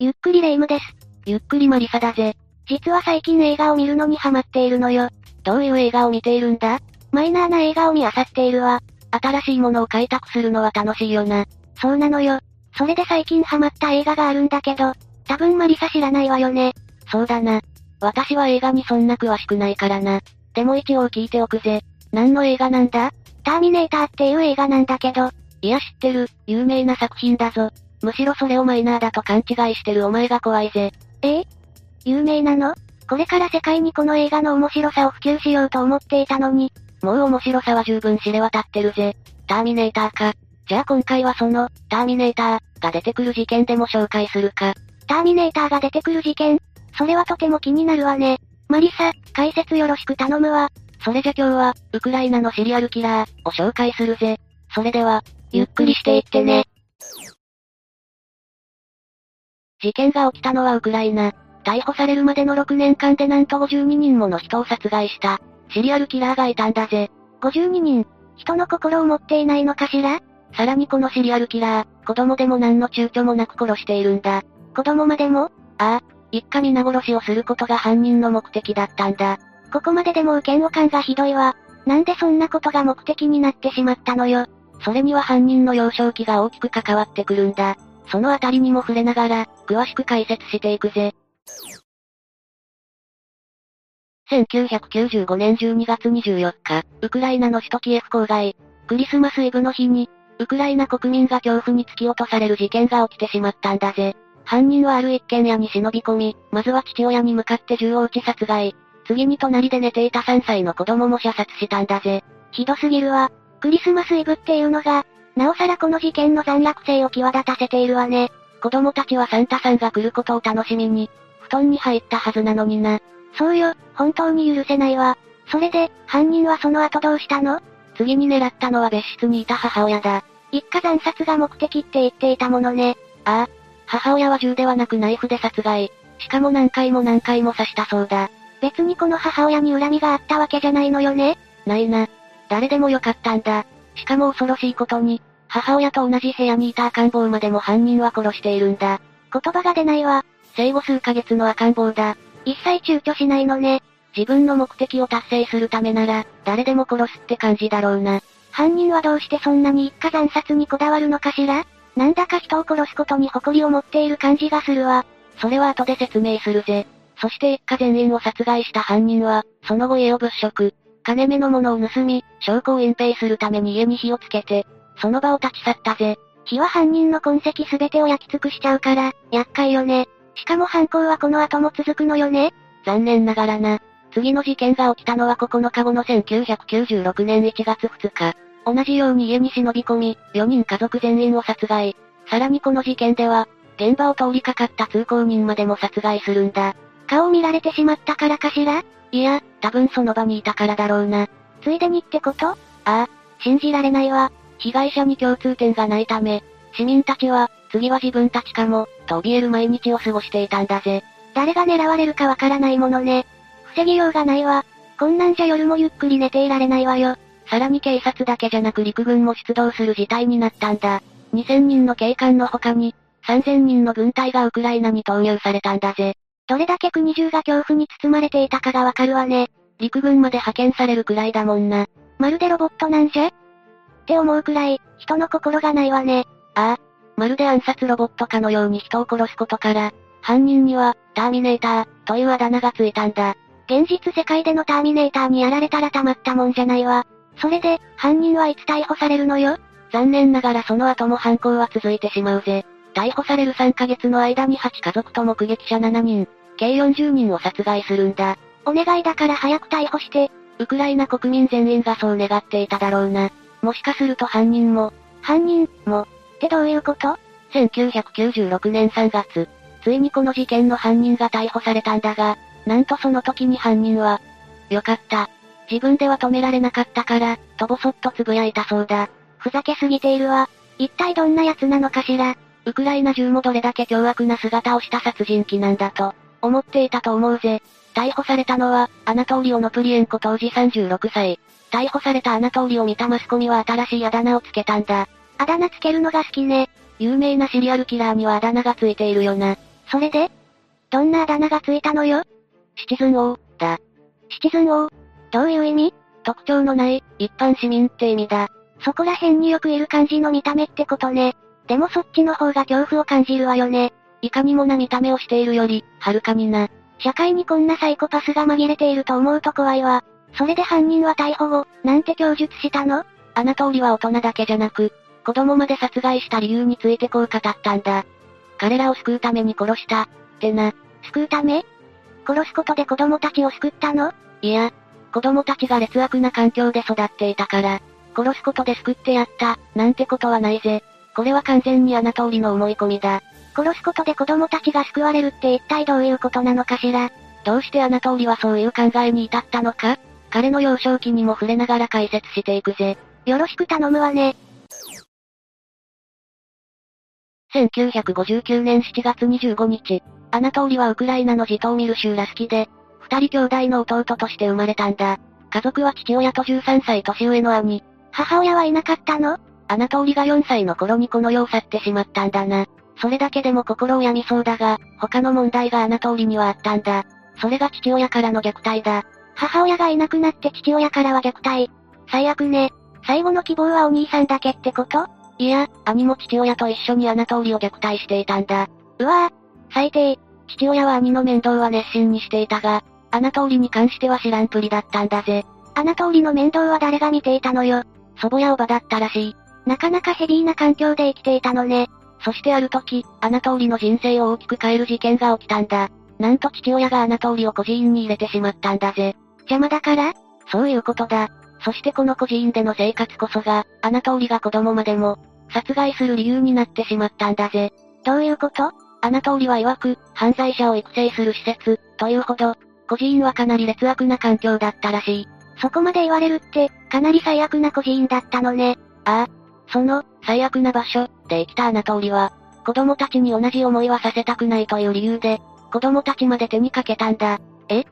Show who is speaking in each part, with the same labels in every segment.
Speaker 1: ゆっくりレ夢ムです。
Speaker 2: ゆっくりマリサだぜ。
Speaker 1: 実は最近映画を見るのにハマっているのよ。
Speaker 2: どういう映画を見ているんだ
Speaker 1: マイナーな映画を見漁っているわ。
Speaker 2: 新しいものを開拓するのは楽しいよな。
Speaker 1: そうなのよ。それで最近ハマった映画があるんだけど、多分マリサ知らないわよね。
Speaker 2: そうだな。私は映画にそんな詳しくないからな。でも一応聞いておくぜ。何の映画なんだ
Speaker 1: ターミネーターっていう映画なんだけど、
Speaker 2: いや知ってる、有名な作品だぞ。むしろそれをマイナーだと勘違いしてるお前が怖いぜ。
Speaker 1: ええ有名なのこれから世界にこの映画の面白さを普及しようと思っていたのに、
Speaker 2: もう面白さは十分知れ渡ってるぜ。ターミネーターか。じゃあ今回はその、ターミネーターが出てくる事件でも紹介するか。
Speaker 1: ターミネーターが出てくる事件それはとても気になるわね。マリサ、解説よろしく頼むわ。
Speaker 2: それじゃ今日は、ウクライナのシリアルキラーを紹介するぜ。それでは、ゆっくりしていってね。事件が起きたのはウクライナ。逮捕されるまでの6年間でなんと52人もの人を殺害した、シリアルキラーがいたんだぜ。
Speaker 1: 52人。人の心を持っていないのかしら
Speaker 2: さらにこのシリアルキラー、子供でも何の躊躇もなく殺しているんだ。
Speaker 1: 子供までも
Speaker 2: 一家皆殺しをすることが犯人の目的だったんだ。
Speaker 1: ここまででもう嫌悪感がひどいわ。なんでそんなことが目的になってしまったのよ。
Speaker 2: それには犯人の幼少期が大きく関わってくるんだ。そのあたりにも触れながら、詳しく解説していくぜ。1995年12月24日、ウクライナの首都キエフ郊外、クリスマスイブの日に、ウクライナ国民が恐怖に突き落とされる事件が起きてしまったんだぜ。犯人はある一軒家に忍び込み、まずは父親に向かって銃を撃ち殺害。次に隣で寝ていた3歳の子供も射殺したんだぜ。
Speaker 1: ひどすぎるわ。クリスマスイブっていうのが、なおさらこの事件の残虐性を際立たせているわね。
Speaker 2: 子供たちはサンタさんが来ることを楽しみに、布団に入ったはずなのにな。
Speaker 1: そうよ、本当に許せないわ。それで、犯人はその後どうしたの
Speaker 2: 次に狙ったのは別室にいた母親だ。
Speaker 1: 一家惨殺が目的って言っていたものね。
Speaker 2: 母親は銃ではなくナイフで殺害。しかも何回も何回も刺したそうだ。
Speaker 1: 別にこの母親に恨みがあったわけじゃないのよね。
Speaker 2: ないな。誰でもよかったんだ。しかも恐ろしいことに、母親と同じ部屋にいた赤ん坊までも犯人は殺しているんだ。
Speaker 1: 言葉が出ないわ。
Speaker 2: 生後数ヶ月の赤ん坊だ。
Speaker 1: 一切躊躇しないのね。
Speaker 2: 自分の目的を達成するためなら、誰でも殺すって感じだろうな。
Speaker 1: 犯人はどうしてそんなに一家惨殺にこだわるのかしらなんだか人を殺すことに誇りを持っている感じがするわ。
Speaker 2: それは後で説明するぜ。そして一家全員を殺害した犯人は、その後家を物色。金目のものを盗み、証拠を隠蔽するために家に火をつけて、その場を立ち去ったぜ。
Speaker 1: 火は犯人の痕跡すべてを焼き尽くしちゃうから、厄介よね。しかも犯行はこの後も続くのよね。
Speaker 2: 残念ながらな。次の事件が起きたのは9日後の1996年1月2日。同じように家に忍び込み、4人家族全員を殺害。さらにこの事件では、現場を通りかかった通行人までも殺害するんだ。
Speaker 1: 顔を見られてしまったからかしら
Speaker 2: いや、多分その場にいたからだろうな。
Speaker 1: ついでにってこと
Speaker 2: あ
Speaker 1: 信じられないわ。
Speaker 2: 被害者に共通点がないため、市民たちは、次は自分たちかも、と怯える毎日を過ごしていたんだぜ。
Speaker 1: 誰が狙われるかわからないものね。防ぎようがないわ。こんなんじゃ夜もゆっくり寝ていられないわよ。
Speaker 2: さらに警察だけじゃなく陸軍も出動する事態になったんだ。2000人の警官の他に、3000人の軍隊がウクライナに投入されたんだぜ。
Speaker 1: どれだけ国中が恐怖に包まれていたかがわかるわね。
Speaker 2: 陸軍まで派遣されるくらいだもんな。
Speaker 1: まるでロボットなんじゃって思うくらい、人の心がないわね。
Speaker 2: まるで暗殺ロボットかのように人を殺すことから、犯人には、ターミネーター、というあだ名がついたんだ。
Speaker 1: 現実世界でのターミネーターにやられたらたまったもんじゃないわ。それで、犯人はいつ逮捕されるのよ
Speaker 2: 残念ながらその後も犯行は続いてしまうぜ。逮捕される3ヶ月の間に8家族と目撃者7人、計40人を殺害するんだ。
Speaker 1: お願いだから早く逮捕して、
Speaker 2: ウクライナ国民全員がそう願っていただろうな。もしかすると犯人も、
Speaker 1: 犯人、も、ってどういうこと
Speaker 2: 1996年3月、ついにこの事件の犯人が逮捕されたんだが、なんとその時に犯人は、よかった。自分では止められなかったから、とぼそっとつぶやいたそうだ。
Speaker 1: ふざけすぎているわ。一体どんな奴なのかしら
Speaker 2: ウクライナ中もどれだけ凶悪な姿をした殺人鬼なんだと、思っていたと思うぜ。逮捕されたのは、アナトーリオのプリエンコ当時36歳。逮捕されたアナトーリを見たマスコミは新しいあだ名をつけたんだ。
Speaker 1: あだ名つけるのが好きね。
Speaker 2: 有名なシリアルキラーにはあだ名がついているよな。
Speaker 1: それでどんなあだ名がついたのよ
Speaker 2: シチズン王、だ。
Speaker 1: シチズン王どういう意味
Speaker 2: 特徴のない、一般市民って意味だ。
Speaker 1: そこら辺によくいる感じの見た目ってことね。でもそっちの方が恐怖を感じるわよね。
Speaker 2: いかにもな見た目をしているより、はるかにな。
Speaker 1: 社会にこんなサイコパスが紛れていると思うと怖いわ。それで犯人は逮捕後、なんて供述したの
Speaker 2: あなたおりは大人だけじゃなく、子供まで殺害した理由についてこう語ったんだ。彼らを救うために殺した。ってな。
Speaker 1: 救うため殺すことで子供たちを救ったの
Speaker 2: いや、子供たちが劣悪な環境で育っていたから、殺すことで救ってやった、なんてことはないぜ。これは完全にあなたおりの思い込みだ。
Speaker 1: 殺すことで子供たちが救われるって一体どういうことなのかしら。
Speaker 2: どうしてあなたおりはそういう考えに至ったのか彼の幼少期にも触れながら解説していくぜ。
Speaker 1: よろしく頼むわね。
Speaker 2: 1959年7月25日、アナトーリはウクライナのジトーミル州ラスキで、二人兄弟の弟として生まれたんだ。家族は父親と13歳年上の兄。
Speaker 1: 母親はいなかったの
Speaker 2: アナトーリが4歳の頃にこの世を去ってしまったんだな。それだけでも心を病みそうだが、他の問題がアナトーリにはあったんだ。それが父親からの虐待だ。
Speaker 1: 母親がいなくなって父親からは虐待。最悪ね。最後の希望はお兄さんだけってこと
Speaker 2: いや、兄も父親と一緒にアナトーリを虐待していたんだ。
Speaker 1: うわ
Speaker 2: ぁ、最低。父親は兄の面倒は熱心にしていたが、アナトーリに関しては知らんぷりだったんだぜ。
Speaker 1: アナトーリの面倒は誰が見ていたのよ。
Speaker 2: 祖母やおばだったらしい。
Speaker 1: なかなかヘビーな環境で生きていたのね。
Speaker 2: そしてある時、アナトーリの人生を大きく変える事件が起きたんだ。なんと父親がアナトーリを孤児院に入れてしまったんだぜ。
Speaker 1: 邪魔だから
Speaker 2: そういうことだ。そしてこの孤児院での生活こそが、アナトーリが子供までも、殺害する理由になってしまったんだぜ。
Speaker 1: どういうこと
Speaker 2: アナトーリは曰く、犯罪者を育成する施設、というほど、孤児院はかなり劣悪な環境だったらしい。
Speaker 1: そこまで言われるって、かなり最悪な孤児院だったのね。
Speaker 2: ああ。その、最悪な場所、で生きたアナトーリは、子供たちに同じ思いはさせたくないという理由で、子供たちまで手にかけたんだ。
Speaker 1: え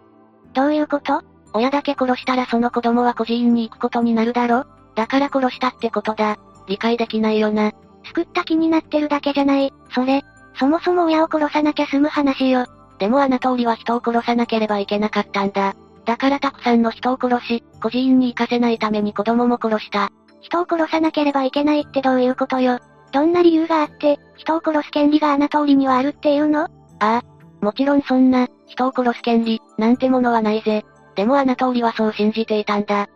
Speaker 1: どういうこと
Speaker 2: 親だけ殺したらその子供は孤児院に行くことになるだろだから殺したってことだ。理解できないよな。
Speaker 1: 救った気になってるだけじゃない、それ。そもそも親を殺さなきゃ済む話よ。
Speaker 2: でもあなたおりは人を殺さなければいけなかったんだ。だからたくさんの人を殺し、孤児院に行かせないために子供も殺した。
Speaker 1: 人を殺さなければいけないってどういうことよ。どんな理由があって、人を殺す権利があなたおりにはあるっていうのあ
Speaker 2: あ。もちろんそんな、人を殺す権利、なんてものはないぜ。でもあなたおりはそう信じていたんだ。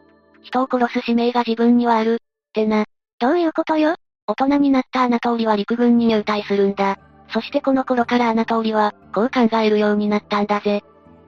Speaker 2: 人を殺す使命が自分にはある、ってな。
Speaker 1: どういうことよ
Speaker 2: 大人になったアナトーリは陸軍に入隊するんだ。そしてこの頃からアナトーリは、こう考えるようになったんだぜ。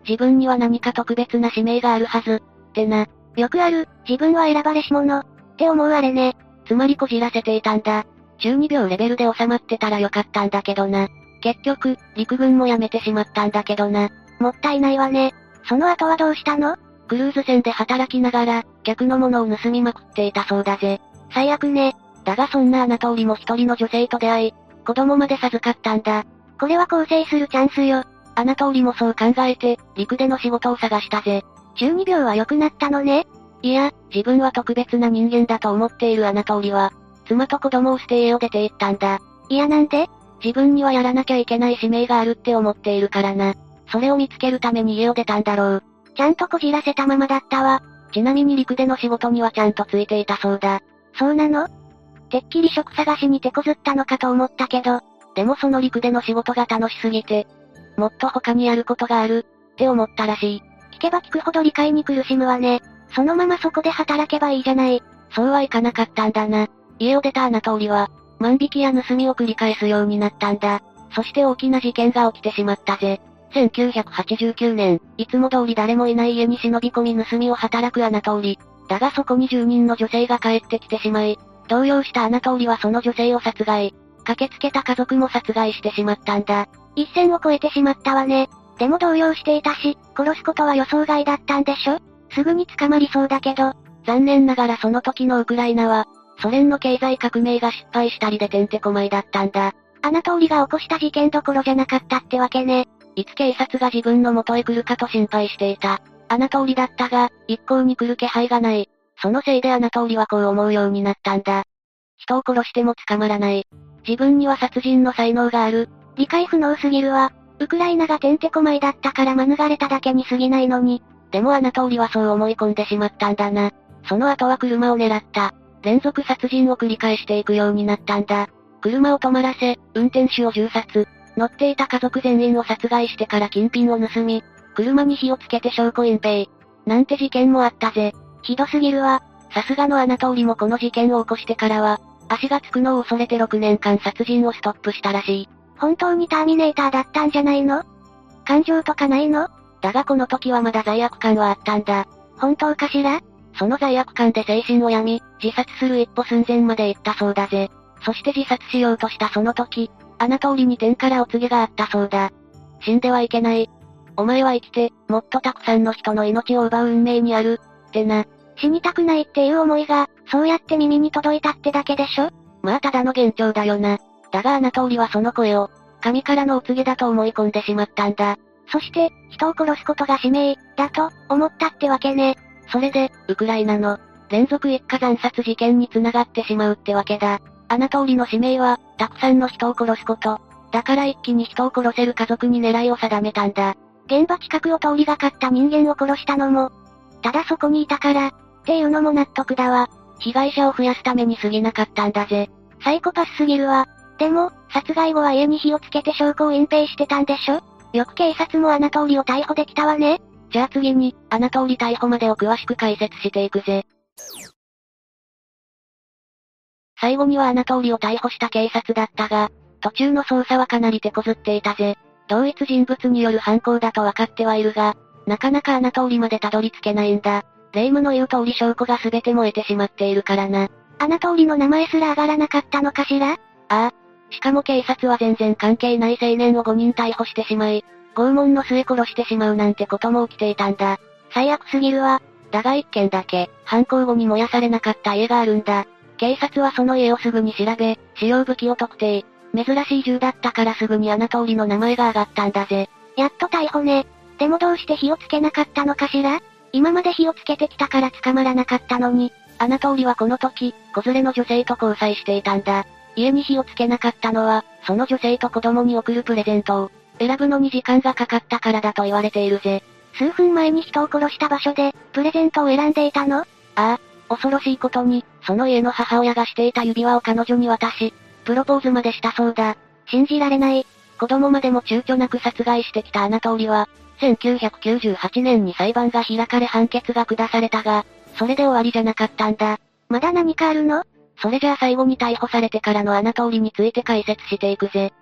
Speaker 2: 自分には何か特別な使命があるはず、ってな。
Speaker 1: よくある、自分は選ばれし者、って思われね。
Speaker 2: つまりこじらせていたんだ。12秒レベルで収まってたらよかったんだけどな。結局、陸軍も辞めてしまったんだけどな。
Speaker 1: もったいないわね。その後はどうしたの
Speaker 2: クルーズ船で働きながら、客のものを盗みまくっていたそうだぜ。
Speaker 1: 最悪ね。
Speaker 2: だがそんなアナトーリも一人の女性と出会い、子供まで授かったんだ。
Speaker 1: これは更生するチャンスよ。
Speaker 2: アナトーリもそう考えて、陸での仕事を探したぜ。
Speaker 1: 12秒は良くなったのね。
Speaker 2: いや、自分は特別な人間だと思っているアナトーリは、妻と子供を捨て家を出て行ったんだ。
Speaker 1: いやなんで
Speaker 2: 自分にはやらなきゃいけない使命があるって思っているからな。それを見つけるために家を出たんだろう。
Speaker 1: ちゃんとこじらせたままだったわ。
Speaker 2: ちなみに陸での仕事にはちゃんとついていたそうだ。
Speaker 1: そうなのてっきり職探しに手こずったのかと思ったけど、
Speaker 2: でもその陸での仕事が楽しすぎて、もっと他にやることがある、って思ったらしい。
Speaker 1: 聞けば聞くほど理解に苦しむわね。そのままそこで働けばいいじゃない。
Speaker 2: そうはいかなかったんだな。家を出たアナトーリは、万引きや盗みを繰り返すようになったんだ。そして大きな事件が起きてしまったぜ。1989年、いつも通り誰もいない家に忍び込み盗みを働くアナトーリ。だがそこに住人の女性が帰ってきてしまい、同僚したアナトーリはその女性を殺害。駆けつけた家族も殺害してしまったんだ。
Speaker 1: 一線を越えてしまったわね。でも同僚していたし、殺すことは予想外だったんでしょすぐに捕まりそうだけど。
Speaker 2: 残念ながらその時のウクライナは、ソ連の経済革命が失敗したりでてんてこまいだったんだ。
Speaker 1: アナトーリが起こした事件どころじゃなかったってわけね。
Speaker 2: いつ警察が自分の元へ来るかと心配していた。アナトーリだったが、一向に来る気配がない。そのせいでアナトーリはこう思うようになったんだ。人を殺しても捕まらない。自分には殺人の才能がある。
Speaker 1: 理解不能すぎるわ。ウクライナがてんてこまいだったから免れただけに過ぎないのに。
Speaker 2: でもアナトーリはそう思い込んでしまったんだな。その後は車を狙った。連続殺人を繰り返していくようになったんだ。車を止まらせ、運転手を銃殺。乗っていた家族全員を殺害してから金品を盗み、車に火をつけて証拠隠蔽。なんて事件もあったぜ。
Speaker 1: ひどすぎるわ。
Speaker 2: さすがのアナトーリもこの事件を起こしてからは、足がつくのを恐れて6年間殺人をストップしたらしい。
Speaker 1: 本当にターミネーターだったんじゃないの感情とかないの
Speaker 2: だがこの時はまだ罪悪感はあったんだ。
Speaker 1: 本当かしら
Speaker 2: その罪悪感で精神を病み、自殺する一歩寸前まで行ったそうだぜ。そして自殺しようとしたその時、あな通りに天からお告げがあったそうだ。死んではいけない。お前は生きて、もっとたくさんの人の命を奪う運命にある、ってな。
Speaker 1: 死にたくないっていう思いが、そうやって耳に届いたってだけでしょ
Speaker 2: まあただの幻聴だよな。だがあな通りはその声を、神からのお告げだと思い込んでしまったんだ。
Speaker 1: そして、人を殺すことが使命、だと、思ったってわけね。
Speaker 2: それで、ウクライナの、連続一家惨殺事件に繋がってしまうってわけだ。あな通りの使命は、たくさんの人を殺すこと。だから一気に人を殺せる家族に狙いを定めたんだ。
Speaker 1: 現場近くを通りがかった人間を殺したのも、ただそこにいたから、っていうのも納得だわ。
Speaker 2: 被害者を増やすために過ぎなかったんだぜ。
Speaker 1: サイコパスすぎるわ。でも、殺害後は家に火をつけて証拠を隠蔽してたんでしょよく警察もあな通りを逮捕できたわね。
Speaker 2: じゃあ次に、あな通り逮捕までを詳しく解説していくぜ。最後にはあな通りを逮捕した警察だったが、途中の捜査はかなり手こずっていたぜ。同一人物による犯行だと分かってはいるが、なかなかあな通りまでたどり着けないんだ。霊夢の言う通り証拠が全て燃えてしまっているからな。
Speaker 1: あな通りの名前すら上がらなかったのかしらあ
Speaker 2: あ。しかも警察は全然関係ない青年を5人逮捕してしまい、拷問の末殺してしまうなんてことも起きていたんだ。
Speaker 1: 最悪すぎるわ。
Speaker 2: だが一件だけ、犯行後に燃やされなかった家があるんだ。警察はその家をすぐに調べ、使用武器を特定。珍しい銃だったからすぐにあな通りの名前が上がったんだぜ。
Speaker 1: やっと逮捕ね。でもどうして火をつけなかったのかしら今まで火をつけてきたから捕まらなかったのに、
Speaker 2: あな通りはこの時、子連れの女性と交際していたんだ。家に火をつけなかったのは、その女性と子供に贈るプレゼントを、選ぶのに時間がかかったからだと言われているぜ。
Speaker 1: 数分前に人を殺した場所で、プレゼントを選んでいたのあ
Speaker 2: あ、恐ろしいことに、その家の母親がしていた指輪を彼女に渡し、プロポーズまでしたそうだ。
Speaker 1: 信じられない。
Speaker 2: 子供までも躊躇なく殺害してきたあな通りは、1998年に裁判が開かれ判決が下されたが、それで終わりじゃなかったんだ。
Speaker 1: まだ何かあるの
Speaker 2: それじゃあ最後に逮捕されてからのあな通りについて解説していくぜ。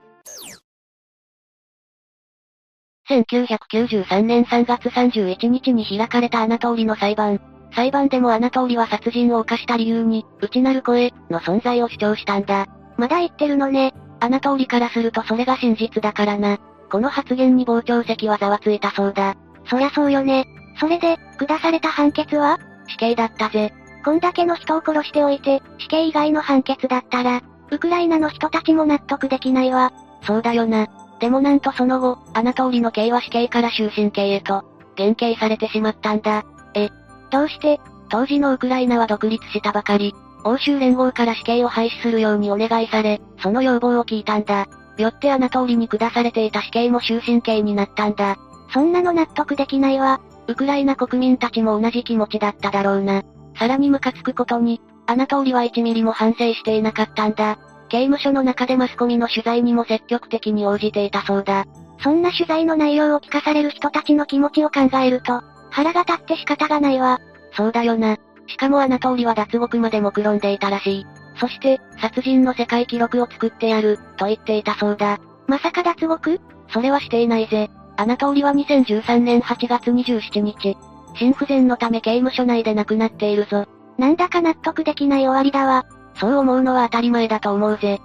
Speaker 2: 1993年3月31日に開かれたあな通りの裁判。裁判でもあな通りは殺人を犯した理由に、内なる声の存在を主張したんだ。
Speaker 1: まだ言ってるのね。
Speaker 2: あな通りからするとそれが真実だからな。この発言に傍聴席はざわついたそうだ。
Speaker 1: そりゃそうよね。それで、下された判決は
Speaker 2: 死刑だったぜ。
Speaker 1: こんだけの人を殺しておいて、死刑以外の判決だったら、ウクライナの人たちも納得できないわ。
Speaker 2: そうだよな。でもなんとその後、あな通りの刑は死刑から終身刑へと、減刑されてしまったんだ。
Speaker 1: え、どうして
Speaker 2: 当時のウクライナは独立したばかり、欧州連合から死刑を廃止するようにお願いされ、その要望を聞いたんだ。よってあな通りに下されていた死刑も終身刑になったんだ。
Speaker 1: そんなの納得できないわ。
Speaker 2: ウクライナ国民たちも同じ気持ちだっただろうな。さらにムカつくことに、あな通りは1ミリも反省していなかったんだ。刑務所の中でマスコミの取材にも積極的に応じていたそうだ。
Speaker 1: そんな取材の内容を聞かされる人たちの気持ちを考えると、腹が立って仕方がないわ。
Speaker 2: そうだよな。しかもあな通りは脱獄まで目論んでいたらしい。そして、殺人の世界記録を作ってやる、と言っていたそうだ。
Speaker 1: まさか脱獄
Speaker 2: それはしていないぜ。あな通りは2013年8月27日、心不全のため刑務所内で亡くなっているぞ。
Speaker 1: なんだか納得できない終わりだわ。
Speaker 2: そう思うのは当たり前だと思うぜ。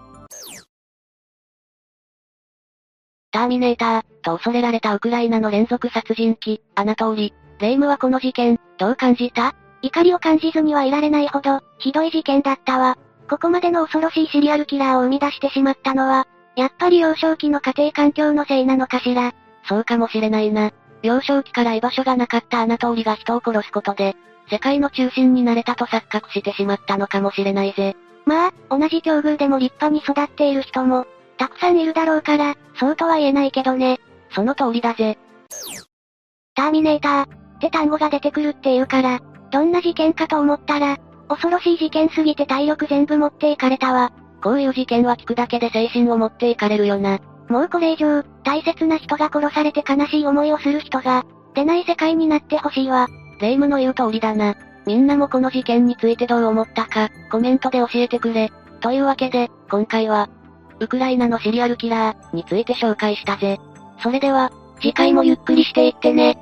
Speaker 2: ターミネーター、と恐れられたウクライナの連続殺人鬼、アナトーリ。レイムはこの事件、どう感じた
Speaker 1: 怒りを感じずにはいられないほど、ひどい事件だったわ。ここまでの恐ろしいシリアルキラーを生み出してしまったのは、やっぱり幼少期の家庭環境のせいなのかしら。
Speaker 2: そうかもしれないな。幼少期から居場所がなかったアナトーリが人を殺すことで、世界の中心になれたと錯覚してしまったのかもしれないぜ。
Speaker 1: まあ、同じ境遇でも立派に育っている人も、たくさんいるだろうから、そうとは言えないけどね。
Speaker 2: その通りだぜ。
Speaker 1: ターミネーターって単語が出てくるっていうから、どんな事件かと思ったら、恐ろしい事件すぎて体力全部持っていかれたわ。
Speaker 2: こういう事件は聞くだけで精神を持っていかれるよな。
Speaker 1: もうこれ以上、大切な人が殺されて悲しい思いをする人が、出ない世界になってほしいわ。
Speaker 2: 霊夢の言う通りだな。みんなもこの事件についてどう思ったか、コメントで教えてくれ。というわけで、今回は、ウクライナのシリアルキラーについて紹介したぜ。それでは、次回もゆっくりしていってね。